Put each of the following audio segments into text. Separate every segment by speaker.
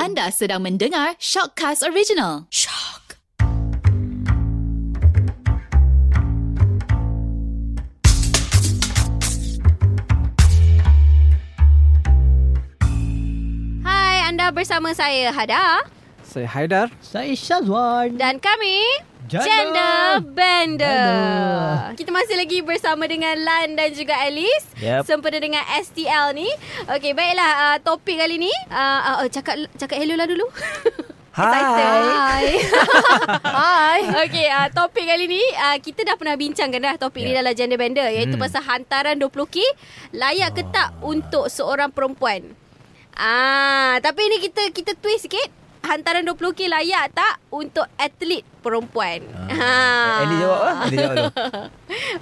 Speaker 1: Anda sedang mendengar Shockcast Original.
Speaker 2: Hai, anda bersama saya Hada
Speaker 3: Saya Haidar.
Speaker 4: Saya Syazwan
Speaker 2: dan kami
Speaker 4: Janda.
Speaker 2: Gender Bender.
Speaker 4: Bender.
Speaker 2: Kita masih lagi bersama dengan Lan dan juga Alice
Speaker 4: Yep.
Speaker 2: sempena dengan STL ni. Okey, baiklah uh, topik kali ni uh, uh, cakap cakap hello lah dulu. Hai. Hai. Okey, uh, topik kali ni uh, kita dah pernah bincangkan dah topik yeah. ni
Speaker 4: Ya.
Speaker 2: dalam gender bender iaitu hmm.
Speaker 4: Hmm. Ah.
Speaker 2: pasal hantaran 20K layak ke tak untuk seorang perempuan. Ah, tapi ni kita kita twist sikit. Hantaran 20K layak tak untuk atlet perempuan?
Speaker 4: Ah. Ellie jawab lah Ellie jawab dulu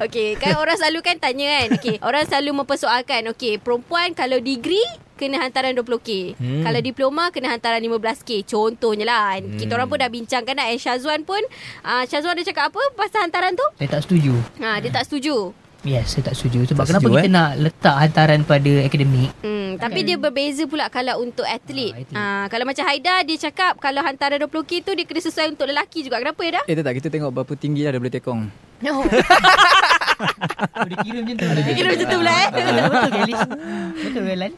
Speaker 2: Okey, kan orang selalu kan tanya kan. Okey, orang selalu mempersoalkan, okey, perempuan kalau degree kena hantaran 20k. Hmm.
Speaker 4: Hmm.
Speaker 2: Kalau diploma kena hantaran 15k. Contohnya lah. Hmm. Kita orang pun dah bincangkan dah. And Syazwan pun uh, Syazwan ada cakap apa pasal hantaran tu?
Speaker 5: Saya tak setuju.
Speaker 2: Ha, dia tak setuju.
Speaker 5: Yes, saya tak setuju. Sebab tak
Speaker 4: Tak
Speaker 5: kenapa
Speaker 4: setuju,
Speaker 5: setuju, kita eh?
Speaker 4: eh?
Speaker 5: nak letak hantaran pada akademik?
Speaker 2: Hmm, tapi dia berbeza pula kalau untuk atlet.
Speaker 5: Ah, atlet.
Speaker 2: Ha, kalau macam Haida dia cakap kalau hantaran 20k tu dia kena sesuai untuk lelaki juga. Kenapa ya dah?
Speaker 3: Eh tak tak kita tengok berapa tinggi dah dia boleh tekong.
Speaker 2: No.
Speaker 5: Oh, dia kira macam tu.
Speaker 2: Kira macam tu pula
Speaker 4: Ah,
Speaker 2: eh.
Speaker 5: Betul ke Alice? Betul ke Lan?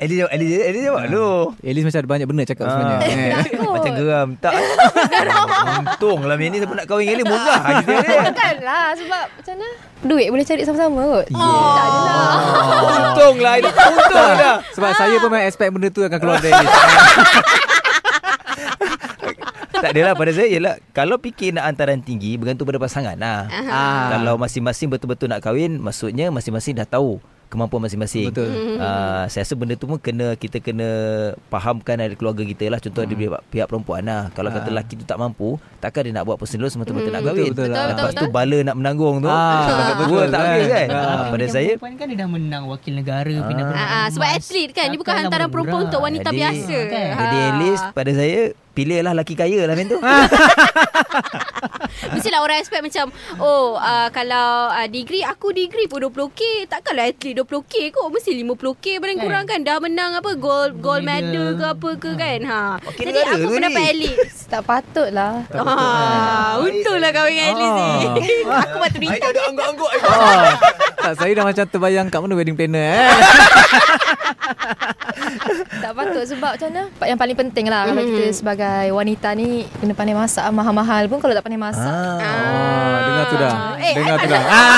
Speaker 4: Ellie jawab Ellie, Ellie jawab dulu
Speaker 3: At least macam ada banyak benda cakap sebenarnya.
Speaker 4: Eh,
Speaker 2: Takut.
Speaker 4: Macam geram Tak Untung lah Ini siapa nak kahwin dengan Ellie Murah Kita ni
Speaker 6: Bukan lah sebab macam mana duit boleh cari sama-sama kot.
Speaker 4: Untung lah Ellie Untung lah
Speaker 3: Sebab saya pun memang expect benda tu akan keluar dari Alice.
Speaker 4: Tak adalah pada saya ialah Kalau fikir nak hantaran tinggi Bergantung pada pasangan lah
Speaker 3: Ah.
Speaker 4: Kalau masing-masing betul-betul nak kahwin Maksudnya masing-masing dah tahu Kemampuan masing-masing
Speaker 3: Betul.
Speaker 2: Hmm.
Speaker 4: uh, Saya rasa benda tu pun kena Kita kena Fahamkan dari keluarga kita lah Contoh hmm. pihak, pihak perempuan lah Kalau kata lelaki tu tak mampu Takkan dia nak buat personal Semata-mata nak kahwin
Speaker 3: Ah. Betul, betul lah.
Speaker 4: Lepas
Speaker 2: Hmm. Betul,
Speaker 4: tu bala nak menanggung tu
Speaker 3: Ah,
Speaker 4: Sebagai
Speaker 3: betul,
Speaker 4: dua tak
Speaker 3: kan?
Speaker 4: habis kan
Speaker 3: Ah.
Speaker 4: Ah, Pada saya
Speaker 5: Perempuan kan dia dah menang wakil negara. Ah.
Speaker 2: Ah, ah, sebab atlet kan Dia bukan hantaran perempuan Untuk wanita
Speaker 4: Jadi-
Speaker 2: biasa
Speaker 5: kan?
Speaker 2: Ha.
Speaker 4: Jadi at least Pada saya Pilihlah lelaki kaya lah men tu
Speaker 3: Ah.
Speaker 2: Mestilah orang expect macam Oh uh, kalau uh, degree Aku degree pun 20k Takkanlah atlet 20k kot Mesti 50k paling
Speaker 5: Kan?
Speaker 2: kurang kan Dah menang apa Gold gold medal
Speaker 5: Medal.
Speaker 2: ke apa ke kan ha.
Speaker 4: Okey,
Speaker 2: Jadi
Speaker 4: negara
Speaker 2: aku
Speaker 4: ke ni?
Speaker 2: pendapat atlet
Speaker 6: Tak patut lah.
Speaker 2: Ah, untunglah kahwin dengan Atli ni. Aku patut ni.
Speaker 4: Aida ada angguk-angguk
Speaker 3: Oh. tak, saya dah macam terbayang kat mana wedding planner eh.
Speaker 6: Tak patut sebab macam mana part yang paling penting lah kalau kita
Speaker 2: Mm-hmm.
Speaker 6: sebagai wanita ni kena pandai masak mahal-mahal pun kalau tak pandai masak.
Speaker 4: Ah,
Speaker 3: Oh, dengar tu dah.
Speaker 2: Eh,
Speaker 3: dengar tu dah. Ah.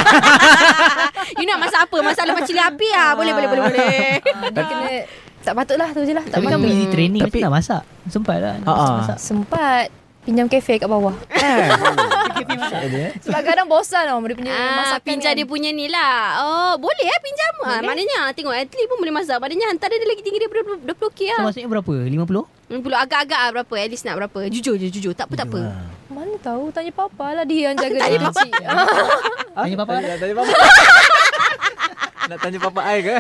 Speaker 2: You nak masak apa? Masak lemak cili api ah. Boleh boleh boleh boleh.
Speaker 6: Ah. Dia kena tak patut lah tu je lah. Tak
Speaker 5: Tapi
Speaker 2: kan
Speaker 5: kamu
Speaker 6: patut.
Speaker 5: easy training Tapi nak masak Sempat lah nak
Speaker 3: Ah, ah.
Speaker 5: masak
Speaker 6: Sempat pinjam kafe kat bawah.
Speaker 3: Eh.
Speaker 4: eh.
Speaker 6: Sebab kadang bosan tau dia punya
Speaker 2: Ah,
Speaker 6: masakan. kan.
Speaker 2: pinjam dia punya ni lah. Oh, boleh eh pinjam. Ah, maknanya tengok atlet pun boleh masak. Maknanya hantaran dia lagi tinggi daripada 20k
Speaker 5: So
Speaker 2: lah.
Speaker 5: maksudnya berapa? 50?
Speaker 2: 60 agak-agak lah berapa At least nak berapa Jujur je jujur lah. Tak apa tak apa
Speaker 6: Mana tahu tanya papa lah dia yang jaga
Speaker 2: Tanya
Speaker 6: dia Ah, kecil.
Speaker 5: Tanya papa
Speaker 4: Eh.
Speaker 3: Tanya, tanya papa. Nak tanya papa ai ke?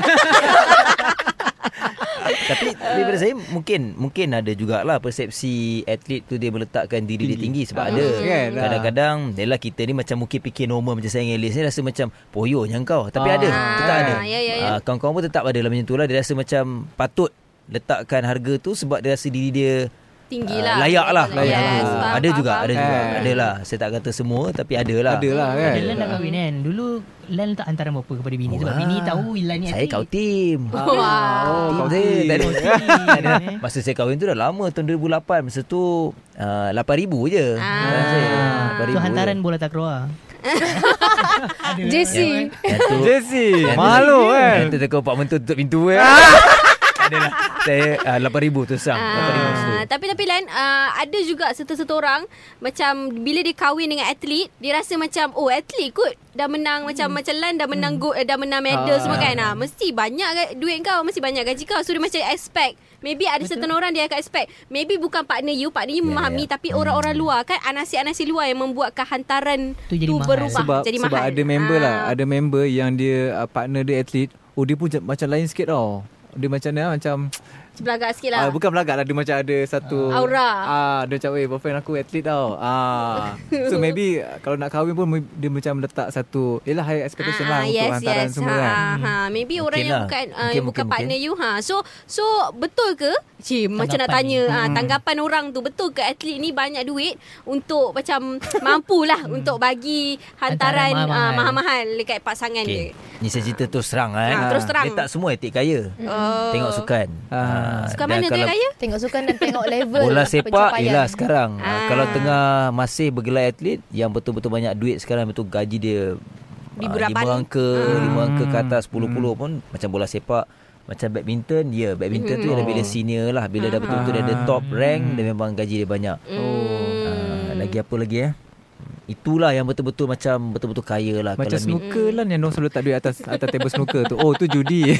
Speaker 4: Tapi tapi pada saya mungkin mungkin ada jugalah persepsi atlet tu dia meletakkan diri dia tinggi sebab
Speaker 3: Ah,
Speaker 4: ada
Speaker 3: kan?
Speaker 2: Lah.
Speaker 3: Ah.
Speaker 4: kadang-kadang yalah kita ni macam mungkin fikir normal macam saya dengan Elis ni rasa macam poyonya kau tapi
Speaker 3: Ah.
Speaker 4: ada tetap ada.
Speaker 2: ya, ya, ya.
Speaker 4: Ah, kawan-kawan pun tetap ada lah macam tu lah dia rasa macam patut letakkan harga tu sebab dia rasa diri dia
Speaker 2: Tinggi
Speaker 4: ah,
Speaker 2: lah
Speaker 4: layak lah
Speaker 3: Layak
Speaker 2: yes,
Speaker 3: lah.
Speaker 2: faham,
Speaker 4: ada juga
Speaker 2: faham.
Speaker 4: ada juga
Speaker 3: Eh.
Speaker 4: ada lah saya tak kata semua tapi ada lah
Speaker 3: Ada lah kan.
Speaker 5: Bila Lan nak kahwin kan Dulu Lan letak hantaran berapa kepada bini Sebab
Speaker 4: Wah.
Speaker 5: bini tahu Lan ni
Speaker 4: saya kau tim
Speaker 3: Oh, kau
Speaker 4: Saya
Speaker 3: ni.
Speaker 4: tak ada.
Speaker 5: Tak ada
Speaker 4: Masa saya kahwin tu dah lama Tahun 2008 Masa tu uh, 8,000 je
Speaker 2: Ah.
Speaker 4: Dalam saya
Speaker 5: Itu hantaran bola takraw
Speaker 6: JC.
Speaker 4: Yang tu
Speaker 3: Jesse,
Speaker 4: yang tu-
Speaker 3: malu kan. Ah.
Speaker 4: Yang tu tekau Pak Mentu tutup pintu eh. Tak adalah Saya uh, 8,000 tu serang 8,000 tu
Speaker 2: Ah, tapi tapi Lan uh, ada juga serta-serta orang macam bila dia kahwin dengan atlet dia rasa macam oh atlet kot dah menang macam macam Lan dah menang go, eh, dah menang medal semua kan Hmm. ah mesti banyak ga- duit kau mesti banyak gaji kau so dia macam expect maybe ada certain orang dia akan expect maybe bukan partner you partner you memahami tapi orang-orang luar kan anasi-anasi luar yang membuat kehantaran tu,
Speaker 5: Tu jadi mahal.
Speaker 2: berubah
Speaker 3: sebab
Speaker 2: jadi
Speaker 3: sebab
Speaker 2: mahal
Speaker 3: ada member
Speaker 2: Ah.
Speaker 3: lah ada member ah, yang dia uh, partner dia atlet oh dia pun j- macam lain sikit tau dia macam ni lah, macam
Speaker 2: Belagak sikit lah
Speaker 3: Ah, bukan belagak lah Dia macam ada satu
Speaker 2: Ah. Aura.
Speaker 3: ah, Dia macam Eh boyfriend aku atlet tau ah. So maybe ah, Kalau nak kahwin pun may- Dia macam letak satu Yelah high expectation
Speaker 2: Ah,
Speaker 3: lah Untuk hantaran semua
Speaker 2: ha,
Speaker 3: kan
Speaker 2: Ha, ha. Maybe orang yang
Speaker 4: Mungkin lah.
Speaker 2: bukan uh,
Speaker 4: Mungkin,
Speaker 2: yang bukan
Speaker 4: mungkin,
Speaker 2: partner you ha. So so betul ke? Cik, macam nak
Speaker 5: Tanggapan
Speaker 2: tanya ha,
Speaker 4: Hmm.
Speaker 2: tanggapan orang tu betul ke atlet ni banyak duit untuk macam mampulah
Speaker 4: Hmm.
Speaker 2: untuk bagi hantaran
Speaker 5: Hantaran
Speaker 2: ah,
Speaker 5: mahal-mahal.
Speaker 2: mahal-mahal dekat pasangan okay.
Speaker 4: Okay.
Speaker 2: dia.
Speaker 4: Ni saya cerita terus terang eh.
Speaker 2: Ah, terus terang.
Speaker 4: Dia tak semua etik kaya.
Speaker 2: Oh.
Speaker 4: Tengok sukan.
Speaker 3: Ah.
Speaker 4: Ah,
Speaker 2: Suka
Speaker 4: dan
Speaker 2: mana tu
Speaker 4: kalau
Speaker 2: yang kaya?
Speaker 6: Tengok sukan dan tengok level
Speaker 4: Bola sepak
Speaker 6: pencapaian.
Speaker 4: ialah sekarang.
Speaker 2: Ah.
Speaker 4: Ah. Kalau tengah masih bergelar atlet yang betul-betul banyak duit sekarang betul gaji dia
Speaker 2: Di
Speaker 4: ah,
Speaker 2: berapan.
Speaker 4: lima angka, lima angka ke atas 10
Speaker 3: Hmm.
Speaker 4: puluh pun macam bola sepak macam badminton ya yeah, badminton tu ialah bila senior lah bila dah betul-betul dia ada top rank dia
Speaker 3: Hmm.
Speaker 4: memang gaji dia banyak
Speaker 2: Oh.
Speaker 4: Ah, lagi apa lagi eh itulah yang betul-betul macam betul-betul kaya lah
Speaker 3: Macam
Speaker 4: kalau min-
Speaker 3: snooker lah Yang orang selalu letak duit atas Atas table snooker tu Oh tu judi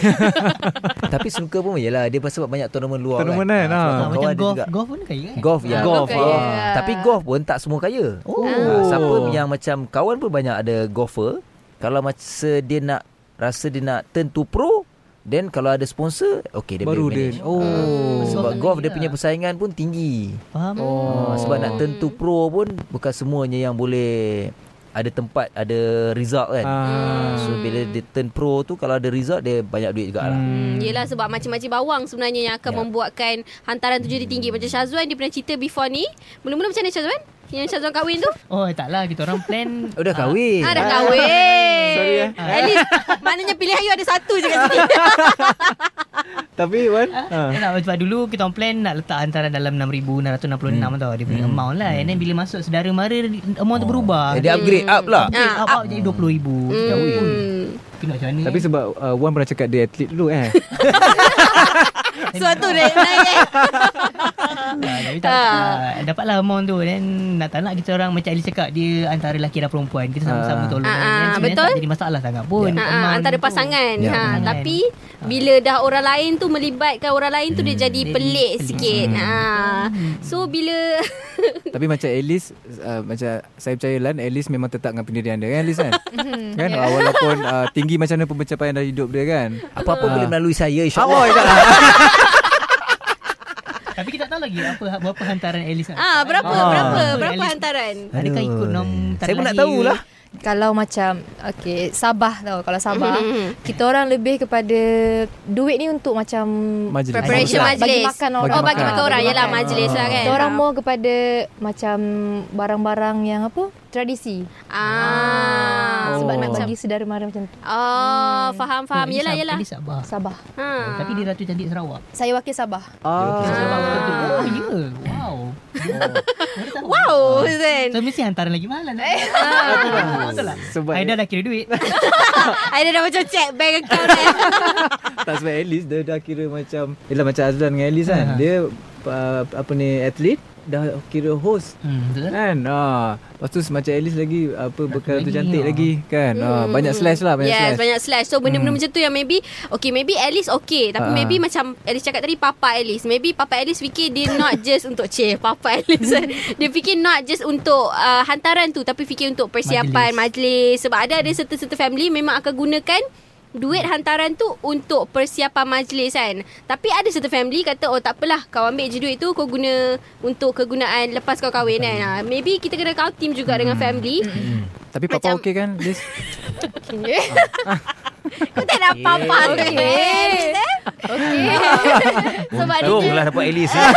Speaker 4: tapi snooker pun yalah dia pasal banyak tournament luar
Speaker 3: Tournament
Speaker 4: kan
Speaker 3: kan ah.
Speaker 4: sebab
Speaker 5: Ah,
Speaker 4: kawan
Speaker 5: macam
Speaker 4: dia
Speaker 5: golf
Speaker 4: juga-
Speaker 5: Golf pun kaya kan
Speaker 4: Golf ya.
Speaker 3: Ah, golf
Speaker 4: Golf,
Speaker 3: kaya.
Speaker 4: ah. Tapi golf pun tak semua kaya. Oh. siapa yang macam kawan pun banyak ada golfer. Kalau masa dia nak rasa dia nak turn to pro, then kalau ada sponsor, okay dia
Speaker 3: Baru
Speaker 4: boleh
Speaker 3: dia
Speaker 4: manage. Ha,
Speaker 3: Oh
Speaker 4: Sebab
Speaker 5: Golf
Speaker 4: golf
Speaker 5: lagi
Speaker 4: dia
Speaker 5: lah.
Speaker 4: punya persaingan pun tinggi.
Speaker 5: Faham
Speaker 4: Oh. sebab nak turn to pro pun bukan semuanya yang boleh ada tempat, ada result kan.
Speaker 3: Ah.
Speaker 4: So bila dia turn pro tu kalau ada result dia banyak duit jugalah.
Speaker 2: Hmm, Yelah sebab macam-macam bawang sebenarnya yang akan
Speaker 4: Ya. Hmm.
Speaker 2: membuatkan hantaran tu jadi tinggi. Macam Syazwan dia pernah cerita before ni. Mula-mula macam mana Syazwan? Yang Syazwan kahwin tu?
Speaker 5: Oh taklah Kita orang plan
Speaker 4: Oh, dah kahwin.
Speaker 2: Ah, dah kahwin.
Speaker 3: Eh, Sorry, eh.
Speaker 2: At least maknanya pilihan you ada satu je kat sini.
Speaker 3: Tapi Wan ah.
Speaker 5: Tak nak sebab dulu kita orang plan nak letak antara dalam 6666 hmm. tau dia punya hmm. amount lah and then bila masuk saudara mara
Speaker 2: Oh.
Speaker 5: amount tu berubah
Speaker 4: Eh, dia upgrade up lah.
Speaker 5: upgrade
Speaker 2: Ah,
Speaker 5: up, up, jadi 20000 kita hmm. kena macam mana
Speaker 3: Tapi
Speaker 5: eh?
Speaker 3: sebab uh, Wan pernah cakap dia atlet dulu eh
Speaker 2: Suatu naik naik.
Speaker 5: Ah, tapi tak, ah, dapatlah amount tu Then nak tak nak kita orang Macam Ali cakap Dia antara lelaki dan perempuan Kita
Speaker 3: Ah.
Speaker 5: sama-sama tolong
Speaker 2: Ah, ah,
Speaker 5: Then sebenarnya
Speaker 2: betul.
Speaker 5: tak jadi masalah sangat pun
Speaker 2: Ha, ha,
Speaker 5: amount
Speaker 2: antara
Speaker 5: tu.
Speaker 2: pasangan.
Speaker 4: Ya.
Speaker 2: Ha,
Speaker 5: Pasangan.
Speaker 2: tapi bila dah orang lain tu melibatkan orang lain tu dia jadi
Speaker 5: Hmm, Jadi
Speaker 2: pelik
Speaker 5: pelik. Hmm.
Speaker 2: sikit. Ha. So bila
Speaker 3: Tapi macam at least uh, Macam saya percaya Lan At least memang tetap dengan pendirian dia kan At least kan
Speaker 6: Mhm.
Speaker 3: Kan
Speaker 6: Ya.
Speaker 3: yeah. walaupun uh, tinggi macam mana pencapaian dari hidup dia kan
Speaker 4: Apa-apa
Speaker 3: Ah.
Speaker 4: boleh melalui
Speaker 3: Awal
Speaker 4: saya insyaAllah.
Speaker 3: je lah
Speaker 5: Tapi kita tak tahu lagi Apa berapa hantaran Alice nak
Speaker 2: ah ha, berapa
Speaker 3: Ah.
Speaker 2: berapa
Speaker 5: Betul,
Speaker 2: berapa
Speaker 5: Alice.
Speaker 2: hantaran?
Speaker 5: Adakah ikut nom
Speaker 4: Saya pun nak
Speaker 2: lah.
Speaker 4: tahulah.
Speaker 6: Kalau macam Okay Sabah tau Kalau Sabah
Speaker 2: Mm-hmm.
Speaker 6: Kita orang lebih kepada Duit ni untuk macam lah.
Speaker 3: Majlis.
Speaker 2: Preparation
Speaker 6: Bagi
Speaker 2: majlis.
Speaker 6: makan orang.
Speaker 2: Oh bagi
Speaker 3: Bagi
Speaker 2: makan
Speaker 3: makan.
Speaker 2: orang.
Speaker 6: Bagi
Speaker 2: Yalah
Speaker 6: makan.
Speaker 2: majlis lah kan.
Speaker 6: Kita orang more kepada Macam Barang-barang yang apa Tradisi
Speaker 2: Ah.
Speaker 6: Sebab nak
Speaker 2: macam-
Speaker 6: bagi saudara mara macam
Speaker 5: Ah.
Speaker 6: tu
Speaker 2: Oh, faham faham. Yalah yalah.
Speaker 5: Alice Sabah
Speaker 6: Sabah
Speaker 2: Ha.
Speaker 5: Tapi dia Ratu Cantik Sarawak
Speaker 2: Ah.
Speaker 6: Saya wakil Sabah
Speaker 5: Sarawak
Speaker 3: ah.
Speaker 5: betul tu. Oh ya yeah. Wow Baru tahu.
Speaker 2: Wow, Zen.
Speaker 5: So mesti hantaran lagi mahal lah
Speaker 2: Eh. Ah.
Speaker 5: Betul lah
Speaker 3: Sebab
Speaker 5: Aida dah kira duit
Speaker 2: Ada dah macam check bank account eh.
Speaker 3: Tak sebab at least Dia dah kira macam Yelah macam Azlan dengan Alice kan
Speaker 5: Ah.
Speaker 3: Dia uh, Apa ni Atlet Dah kira host
Speaker 5: Hmm, betul lah.
Speaker 3: Kan ah. Lepas tu macam at least lagi Apa Bekal tu
Speaker 5: lagi,
Speaker 3: cantik
Speaker 5: ah.
Speaker 3: lagi Kan ah.
Speaker 6: Hmm.
Speaker 3: Banyak slash lah
Speaker 2: Hmm.
Speaker 3: Banyak
Speaker 2: yes,
Speaker 3: slash Hmm.
Speaker 2: banyak slash. So benda-benda macam tu yang maybe okay, maybe Alice okay, tapi
Speaker 3: Ah.
Speaker 2: maybe macam Alice cakap tadi Papa Alice. Maybe Papa Alice fikir dia not just untuk ceh, Papa Alice. dia fikir not just untuk uh, hantaran tu, tapi fikir untuk persiapan majlis. sebab ada
Speaker 3: Hmm.
Speaker 2: ada serta-serta family memang akan gunakan duit hantaran tu untuk persiapan majlis kan. Tapi ada serta family kata oh tak apalah kau ambil je duit tu kau guna untuk kegunaan lepas kau kahwin
Speaker 3: Hmm.
Speaker 2: kan. Ah, Maybe kita kena kau team juga dengan family.
Speaker 3: Tapi Papa
Speaker 2: Macam-
Speaker 3: okey kan Liz
Speaker 2: Okay. Kau tak nak papa tu Okay So
Speaker 4: Untung
Speaker 2: maknanya
Speaker 4: lah dapat Alice eh.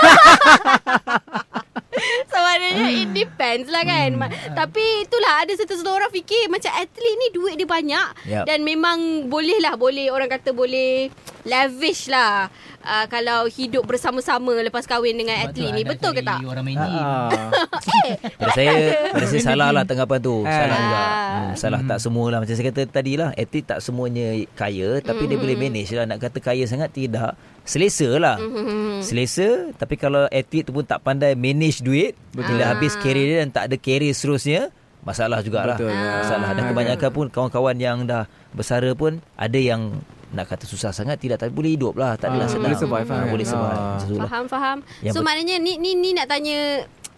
Speaker 2: So maknanya It depends lah kan Ma- Tapi itulah Ada satu-satu orang fikir Macam atlet ni Duit dia banyak
Speaker 4: Yup.
Speaker 2: Dan memang Boleh lah Boleh orang kata boleh Lavish lah uh, Kalau hidup bersama-sama Lepas kahwin dengan
Speaker 5: Sebab tu
Speaker 2: Eh, atlet ni
Speaker 5: Aida
Speaker 2: Betul ke
Speaker 5: cari
Speaker 2: tak?
Speaker 5: Orang main gym
Speaker 3: ah.
Speaker 4: Pada saya Pada saya salah lah tanggapan tu
Speaker 3: Ah.
Speaker 4: Salah juga hmm, Salah tak semua lah Macam saya kata tadi lah Atlet tak semuanya kaya Tapi dia boleh manage lah Nak kata kaya sangat Tidak Selesa lah Selesa Tapi kalau atlet tu pun tak pandai Manage duit Bila habis career dia Dan tak ada career seterusnya Masalah jugalah
Speaker 3: Betul lah.
Speaker 4: Masalah Dan kebanyakan pun Kawan-kawan yang dah Bersara pun Ada yang nak kata susah sangat tidak tapi boleh hidup lah tak adalah
Speaker 3: Ah,
Speaker 4: senang
Speaker 3: boleh survive lah
Speaker 4: Ah,
Speaker 3: kan?
Speaker 4: boleh survive
Speaker 3: Ah.
Speaker 4: Macam tu lah.
Speaker 2: Faham faham.
Speaker 4: Yang
Speaker 2: so
Speaker 4: bet-
Speaker 2: maknanya ni ni ni nak tanya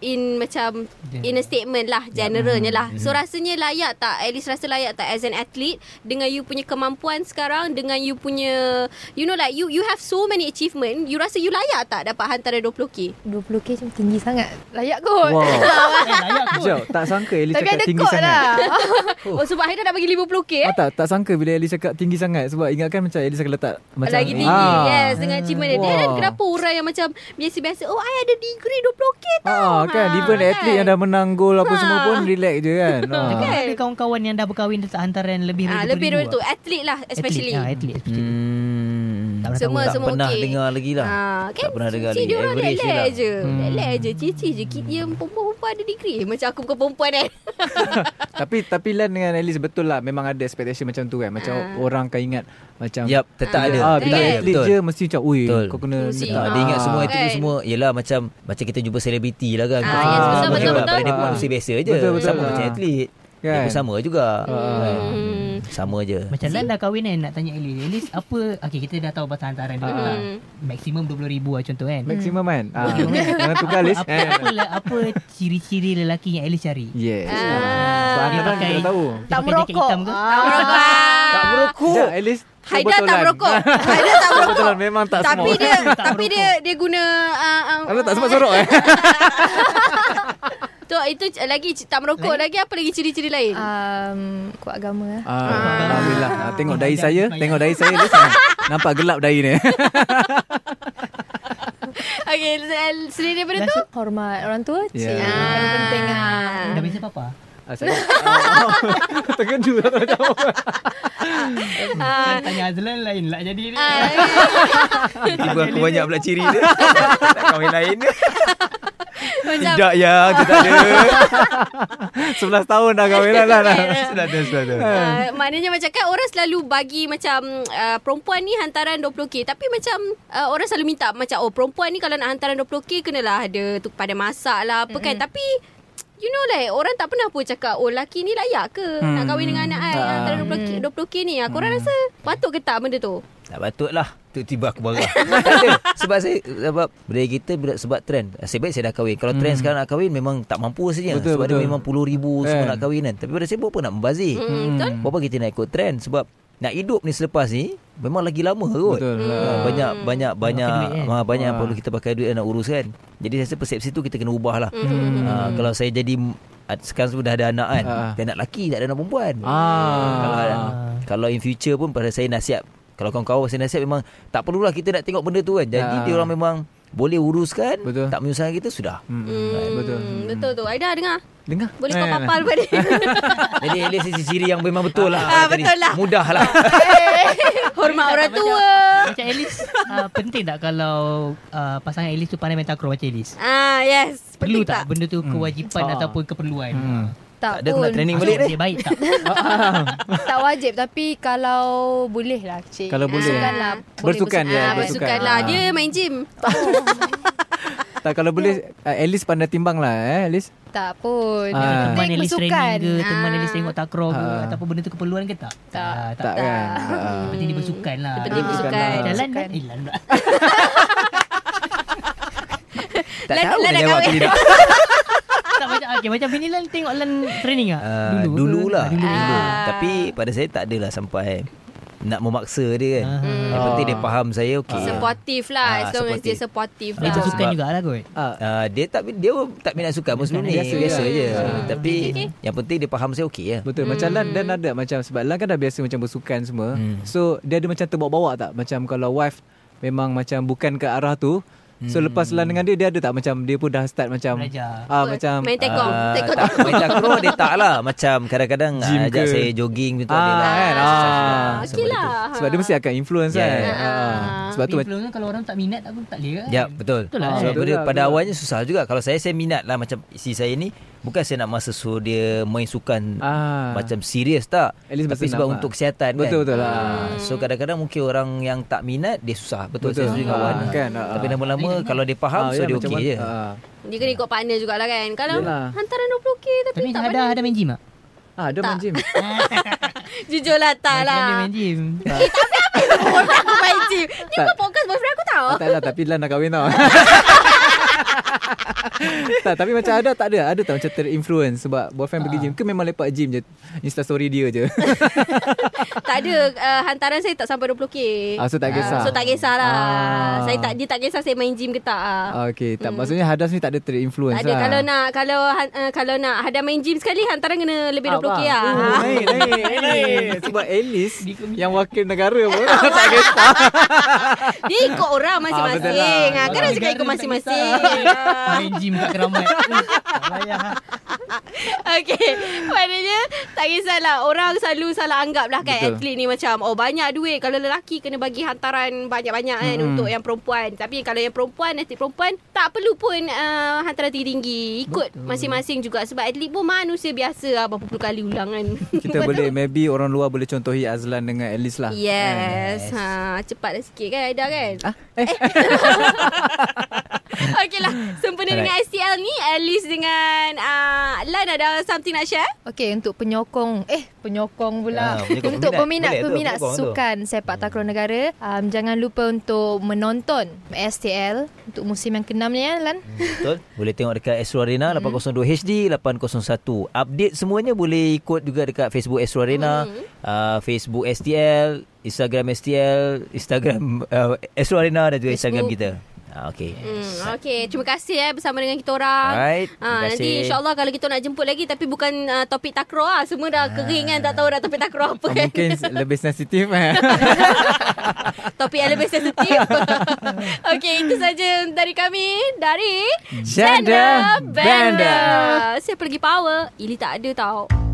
Speaker 2: in macam in a statement lah
Speaker 3: Ya.
Speaker 2: generalnya lah.
Speaker 3: Mm-hmm.
Speaker 2: So rasanya layak tak? At least rasa layak tak as an athlete dengan you punya kemampuan sekarang dengan you punya you know like you you have so many achievement, you rasa you layak tak dapat hantaran 20k?
Speaker 6: 20k macam tinggi sangat. Layak kot.
Speaker 3: Wow.
Speaker 5: Eh, layak kot.
Speaker 3: Sekejap, tak sangka Ellie
Speaker 6: Tapi
Speaker 3: cakap
Speaker 6: ada
Speaker 3: tinggi
Speaker 6: kot
Speaker 3: sangat.
Speaker 6: lah.
Speaker 2: Oh, sebab Haida nak bagi 50k eh?
Speaker 3: Ah, tak, tak sangka bila Ellie cakap tinggi sangat sebab ingatkan macam Ellie akan letak macam
Speaker 2: Lagi tinggi
Speaker 3: Ah.
Speaker 2: Yes Dengan achievement dia Dia
Speaker 3: Wah.
Speaker 2: kan kenapa orang yang macam Biasa-biasa Oh I ada degree 20k tau
Speaker 3: Ah, kan even atlet yang dah menang gol apa semua
Speaker 2: Ha.
Speaker 3: pun relax je kan. Ah.
Speaker 5: Tapi
Speaker 2: Kan?
Speaker 5: ada kawan-kawan yang dah berkahwin dekat hantaran lebih
Speaker 2: Ah,
Speaker 5: daripada
Speaker 2: lebih
Speaker 5: dua
Speaker 2: dari
Speaker 5: ribu
Speaker 2: tu
Speaker 5: ah.
Speaker 2: Atlet lah especially
Speaker 5: Atlet, ah, atlet especially.
Speaker 4: Hmm.
Speaker 5: Tak pernah
Speaker 2: Semua-
Speaker 5: tahu
Speaker 4: tak
Speaker 5: lah.
Speaker 2: semua
Speaker 4: pernah
Speaker 2: okey.
Speaker 4: dengar lagi lah.
Speaker 2: Ah, kan
Speaker 4: Tak pernah dengar
Speaker 2: si
Speaker 4: lagi.
Speaker 2: dia orang
Speaker 4: Average je
Speaker 2: lelek
Speaker 4: lah.
Speaker 2: je Lelek je Cici je Kid yang perempuan-perempuan ada degree Macam aku bukan perempuan eh
Speaker 3: tapi tapi Lan dengan Ellie betul lah memang ada expectation macam tu kan. Macam
Speaker 2: Ha.
Speaker 3: orang akan ingat macam
Speaker 4: Yap, tetap ada.
Speaker 3: Ah,
Speaker 4: Tetap
Speaker 3: bila
Speaker 4: ada,
Speaker 3: atlet
Speaker 4: betul.
Speaker 3: je mesti macam ui
Speaker 4: Betul.
Speaker 3: kau kena
Speaker 2: Mesti.
Speaker 4: Tak,
Speaker 3: letak
Speaker 4: dia ingat
Speaker 3: Ah.
Speaker 4: semua itu
Speaker 2: Kan?
Speaker 4: semua Yelah macam Macam kita jumpa selebriti lah kan
Speaker 2: Ah,
Speaker 4: Kita
Speaker 2: yes,
Speaker 4: jumpa
Speaker 2: betul,
Speaker 4: orang
Speaker 2: betul,
Speaker 4: hebat,
Speaker 2: betul.
Speaker 4: Pada dia pun manusia biasa je
Speaker 3: Betul, betul.
Speaker 4: Sama
Speaker 3: Ah.
Speaker 4: macam atlet Dia
Speaker 3: Kan? ah.
Speaker 4: pun sama juga Kan?
Speaker 2: Hmm.
Speaker 4: Sama je
Speaker 5: Macam Lan dah kahwin kan Nak tanya Elis Elis apa Okay kita dah tahu pasal hantaran dulu
Speaker 3: Ah.
Speaker 5: lah
Speaker 2: Hmm.
Speaker 5: Maksimum RM20,000 lah contoh kan
Speaker 3: Maximum kan. Ah, jangan tukar Liz.
Speaker 5: apa, apa, apa, apa ciri-ciri lelaki yang Elis cari
Speaker 3: Yes.
Speaker 2: Ah.
Speaker 3: So anda
Speaker 5: Dia
Speaker 3: tak tahu.
Speaker 5: Dia
Speaker 6: Tak
Speaker 5: pakai jaket
Speaker 6: merokok.
Speaker 5: hitam ke?
Speaker 6: Ah.
Speaker 3: Tak merokok. Ya, at least
Speaker 2: Haida tak
Speaker 3: kebetulan.
Speaker 2: merokok Haida tak merokok
Speaker 3: Kebetulan memang tak
Speaker 2: Tapi
Speaker 3: semua.
Speaker 2: dia
Speaker 5: Tak
Speaker 2: Tapi dia Dia guna ah, ah,
Speaker 3: Anda tak sempat sorok eh.
Speaker 2: Tu itu c- lagi c- tak merokok lagi apa lagi ciri-ciri lain?
Speaker 6: Um, kuat agama lah.
Speaker 3: Ah, Alhamdulillah. Ah, tengok dahi saya, tengok dahi saya Liz. Ah, Nampak gelap dahi ni.
Speaker 2: Okey, sel- selain daripada tu
Speaker 6: Hormat orang tua.
Speaker 3: Ya.
Speaker 6: Yeah. Paling penting lah.
Speaker 5: Dah biasa papa
Speaker 3: Ah, saya. Ah, Terkejut lah tak tahu. Ah.
Speaker 5: Saya tanya Azlan lain lah jadi ni
Speaker 2: Ah,
Speaker 4: Tiba aku banyak pula ciri dia Tak kahwin lain
Speaker 2: Macam
Speaker 4: yang Tidak ada
Speaker 3: 11 tahun dah kahwin lah. lah.
Speaker 4: Sudah ada Sudah ada
Speaker 2: Uh, maknanya macam kan orang selalu bagi macam uh, perempuan ni hantaran 20k tapi macam uh, orang selalu minta macam oh perempuan ni kalau nak hantaran 20k kenalah ada tu pada masak lah apa kan tapi you know like orang tak pernah pun cakap oh lelaki ni layak ke hmm. nak kahwin dengan anak kan
Speaker 3: Ah.
Speaker 2: hantaran 20k, 20k ni aku orang rasa patut ke tak benda tu Hmm,
Speaker 4: Tak patut lah Tiba-tiba aku marah Tak ada. Sebab saya Sebab budaya kita bila- Sebab trend Nasib baik saya dah kahwin Kalau trend sekarang nak kahwin Memang tak mampu saja
Speaker 3: Hmm. Betul,
Speaker 4: Sebab
Speaker 3: betul.
Speaker 4: dia memang puluh ribu Semua
Speaker 3: Kan.
Speaker 4: nak kahwin kan Tapi pada saya buat apa nak membazir
Speaker 2: hmm. betul
Speaker 4: Berapa kita nak ikut trend Sebab nak hidup ni selepas ni Memang lagi lama kot
Speaker 3: Betul
Speaker 4: Ah,
Speaker 3: lah.
Speaker 4: Banyak
Speaker 2: Hmm.
Speaker 4: Banyak Banyak
Speaker 5: pakai duit, kan?
Speaker 4: ah, Banyak yang
Speaker 3: Ah.
Speaker 4: perlu kita pakai duit Nak urus kan Jadi saya rasa persepsi tu Kita kena ubah lah
Speaker 2: Hmm.
Speaker 4: Ah, Kalau saya jadi ah, Sekarang sudah ada anak kan
Speaker 3: Ah.
Speaker 4: Saya nak lelaki Tak ada anak perempuan kalau,
Speaker 3: Ah.
Speaker 4: kalau in future pun Pada saya nasihat Kalau kawan-kawan saya nasihat Memang tak perlulah kita nak tengok benda tu kan Jadi
Speaker 3: Ah.
Speaker 4: dia orang memang Boleh uruskan
Speaker 3: Betul.
Speaker 4: Tak menyusahkan kita Sudah
Speaker 2: Hmm,
Speaker 3: Betul.
Speaker 2: betul tu Aida dengar
Speaker 3: Dengar.
Speaker 2: boleh kau
Speaker 3: Eh,
Speaker 2: papal pada
Speaker 4: Jadi at least ciri yang memang betul lah
Speaker 2: Ah,
Speaker 4: Tadi.
Speaker 2: betul lah.
Speaker 4: Mudah lah
Speaker 2: hormat orang tua
Speaker 5: Macam Elis ah, Penting tak kalau ah, Pasangan Elis tu pandai main takraw macam Elis
Speaker 2: ah yes
Speaker 5: Perlu
Speaker 2: penting
Speaker 5: tak benda tu kewajipan ataupun keperluan
Speaker 3: Ah. Hmm.
Speaker 6: Tak,
Speaker 4: Tak ada aku nak
Speaker 6: pun.
Speaker 4: training
Speaker 5: Masuk
Speaker 4: balik ni
Speaker 5: dia baik tak Ah.
Speaker 6: Tak wajib tapi kalau boleh lah kecil.
Speaker 3: Kalau boleh.
Speaker 6: Bersukan lah. Boleh
Speaker 3: Bersukan, ya,
Speaker 2: Ah,
Speaker 3: bersukan.
Speaker 2: bersukan lah
Speaker 3: Ah.
Speaker 2: Dia main gym
Speaker 3: Tak kalau boleh uh, at least pandai timbang lah eh at least.
Speaker 6: Tak pun.
Speaker 3: Ah.
Speaker 6: Yang
Speaker 5: Teman
Speaker 6: penting
Speaker 5: Elis
Speaker 6: bersukan.
Speaker 5: training ke Teman Elis tengok takraw ke
Speaker 3: Ah.
Speaker 5: Ataupun benda tu keperluan ke tak Ah,
Speaker 3: Tak, kan. Ah.
Speaker 5: Penting dia bersukan lah
Speaker 2: penting
Speaker 5: Ah.
Speaker 2: bersukan.
Speaker 5: Jalan kan
Speaker 6: Bersukan.
Speaker 5: Eh Lan pula
Speaker 4: Tak
Speaker 2: Lan-
Speaker 4: tahu
Speaker 2: Lan
Speaker 4: nak
Speaker 2: dah
Speaker 4: jawab
Speaker 2: kahwin.
Speaker 4: tu tidak
Speaker 5: tak macam ah, okay, macam Bini Lan tengok Lan training ah.
Speaker 4: Ah, Dulu
Speaker 5: ke?
Speaker 4: lah
Speaker 5: Dulu.
Speaker 4: Dulu.
Speaker 2: Ah.
Speaker 4: Tapi pada saya tak adalah sampai Nak memaksa dia kan
Speaker 5: Ah.
Speaker 4: Yang penting dia faham saya
Speaker 2: Ah.
Speaker 4: okay.
Speaker 2: Supportive lah As
Speaker 4: Ah,
Speaker 2: long as dia supportive
Speaker 5: Dia
Speaker 2: lah
Speaker 5: tak sukan
Speaker 3: Ah.
Speaker 4: Sebab-
Speaker 5: jugalah kot.
Speaker 4: Uh, dia tak dia tak minat suka pun sebelum ni
Speaker 3: Biasa
Speaker 4: biasa,
Speaker 3: je.
Speaker 4: je.
Speaker 3: Ah.
Speaker 4: Tapi yang penting dia faham saya okey ya.
Speaker 3: Betul hmm. Macam Lan Dan ada macam Sebab Lan kan dah biasa Macam bersukan semua hmm. So dia ada macam terbawa-bawa tak Macam kalau wife Memang macam Bukan ke arah tu So lepas Lan dengan dia Dia ada tak macam Dia pun dah start macam
Speaker 5: Belajar.
Speaker 3: ah,
Speaker 2: Apa?
Speaker 3: Macam
Speaker 2: Main tekong
Speaker 4: Ah,
Speaker 2: Tekong
Speaker 4: tak, main takraw dia tak lah Macam kadang-kadang
Speaker 3: Gym
Speaker 4: ah, ajak
Speaker 3: ke?
Speaker 4: saya jogging macam tu
Speaker 3: Ah,
Speaker 4: ada lah
Speaker 3: kan?
Speaker 4: Exercise
Speaker 3: Ah.
Speaker 4: lah,
Speaker 2: Okey
Speaker 4: semua
Speaker 2: lah
Speaker 4: dia tu.
Speaker 3: Sebab dia mesti akan influence
Speaker 4: Yeah.
Speaker 3: kan ah. Sebab tu
Speaker 5: Tapi
Speaker 3: macam
Speaker 5: influencer kalau orang tak minat aku tak boleh kan.
Speaker 4: Ya betul,
Speaker 5: Betul lah, kan?
Speaker 4: Sebab
Speaker 3: Betul
Speaker 4: pada,
Speaker 3: lah,
Speaker 4: pada
Speaker 3: betul lah.
Speaker 4: awalnya susah juga Kalau saya saya minat lah Macam isteri saya ni Bukan saya nak masa suruh dia Main sukan
Speaker 3: Ah.
Speaker 4: Macam serius tak
Speaker 3: At least
Speaker 4: Tapi
Speaker 3: bersenam
Speaker 4: sebab
Speaker 3: lah.
Speaker 4: untuk kesihatan kan
Speaker 3: Betul-betul lah.
Speaker 4: Ah, So kadang-kadang mungkin orang yang tak minat Dia susah Betul,
Speaker 3: Betul.
Speaker 4: saya
Speaker 3: Ah,
Speaker 4: setuju kawan
Speaker 3: kan? Ah.
Speaker 4: Tapi lama-lama Kalau dia faham So
Speaker 3: ya,
Speaker 4: dia
Speaker 3: macam
Speaker 4: okey
Speaker 3: mana-
Speaker 4: je
Speaker 3: ah.
Speaker 2: Dia kena ikut partner jugalah kan Kalau
Speaker 3: Yelah.
Speaker 2: hantaran 20k Tapi,
Speaker 5: Tapi
Speaker 2: tak
Speaker 5: ada
Speaker 2: pandai
Speaker 5: ada main gym tak?
Speaker 3: Ah, dia main gym
Speaker 2: Jujur lah tak
Speaker 5: Macam Dia
Speaker 2: lah
Speaker 5: main gym.
Speaker 2: Boyfriend aku main gym Ni
Speaker 3: Tak.
Speaker 2: bukan
Speaker 3: Ah,
Speaker 2: podcast boyfriend aku tau
Speaker 3: Tak lah tapi Lan dah kahwin tau tak, tapi macam ada tak ada. Ada tak macam terinfluence sebab boyfriend
Speaker 2: Ah.
Speaker 3: pergi gym ke memang lepak gym je. Insta story dia je.
Speaker 2: tak ada uh, hantaran saya tak sampai 20k.
Speaker 3: Ah, so tak kisah.
Speaker 2: so tak kisahlah.
Speaker 3: Ah.
Speaker 2: Saya tak dia tak kisah saya main gym ke tak. ah.
Speaker 3: Ah, okay, tak maksudnya Hadas ni tak ada terinfluence
Speaker 2: tak ada
Speaker 3: lah.
Speaker 2: kalau nak kalau han- uh, kalau nak ada main gym sekali hantaran kena lebih 20k lah.
Speaker 3: Oh, naik, naik, naik. Sebab at least yang wakil negara pun tak kisah.
Speaker 2: Dia ikut orang masing-masing.
Speaker 3: Ah, betul
Speaker 2: Ah,
Speaker 3: lah.
Speaker 2: kan orang cakap ikut masing-masing. Ah.
Speaker 5: Main gym kat keramat Tak payah
Speaker 2: Okay Maknanya Tak kisahlah Orang selalu salah anggap lah kan
Speaker 3: Betul.
Speaker 2: Betul. Atlet ni macam Oh banyak duit Kalau lelaki kena bagi hantaran Banyak-banyak kan
Speaker 3: Mm-mm.
Speaker 2: mm-hmm. Untuk yang perempuan Tapi kalau yang perempuan Atlet perempuan Tak perlu pun uh, Hantaran tinggi-tinggi Ikut Betul. masing-masing juga Sebab atlet pun manusia biasa lah Berapa puluh kali ulang kan
Speaker 3: Kita boleh maybe orang luar boleh contohi Azlan dengan at least lah.
Speaker 2: Yes, yes. Ha, Cepatlah sikit kan Aida kan ah, eh. Okay lah Sempena dengan STL ni At least dengan uh, Lan ada something nak share
Speaker 6: Okey untuk penyokong eh penyokong pula
Speaker 4: Ah, penyokong
Speaker 6: untuk
Speaker 4: peminat. Boleh
Speaker 6: peminat
Speaker 4: tu,
Speaker 6: peminat
Speaker 4: penyokong tu.
Speaker 6: sukan sepak
Speaker 3: Hmm.
Speaker 6: takraw negara um, jangan lupa untuk menonton STL untuk musim yang keenam ni ya Lan.
Speaker 4: Betul. Boleh tengok dekat Astro
Speaker 2: Hmm.
Speaker 4: Arena 802 HD 801. Update semuanya boleh ikut juga dekat Facebook Astro Arena,
Speaker 2: Hmm.
Speaker 4: uh, Facebook STL, Instagram STL, Instagram uh, Astro Arena dan juga Instagram
Speaker 2: Facebook.
Speaker 4: kita. Ah, okay.
Speaker 2: Hmm, okay, terima kasih eh bersama dengan kita orang.
Speaker 4: Alright, terima
Speaker 2: Ha, nanti
Speaker 4: kasih.
Speaker 2: insyaAllah kalau kita nak jemput lagi tapi bukan uh, topik takraw lah. Semua dah kering kan tak tahu dah topik takraw apa
Speaker 3: Ah,
Speaker 2: kan.
Speaker 3: Mungkin lebih sensitif eh.
Speaker 2: topik yang lebih sensitif. okay, itu saja dari kami dari
Speaker 3: Janda Benda.
Speaker 2: Saya pergi power. Ili tak ada tau.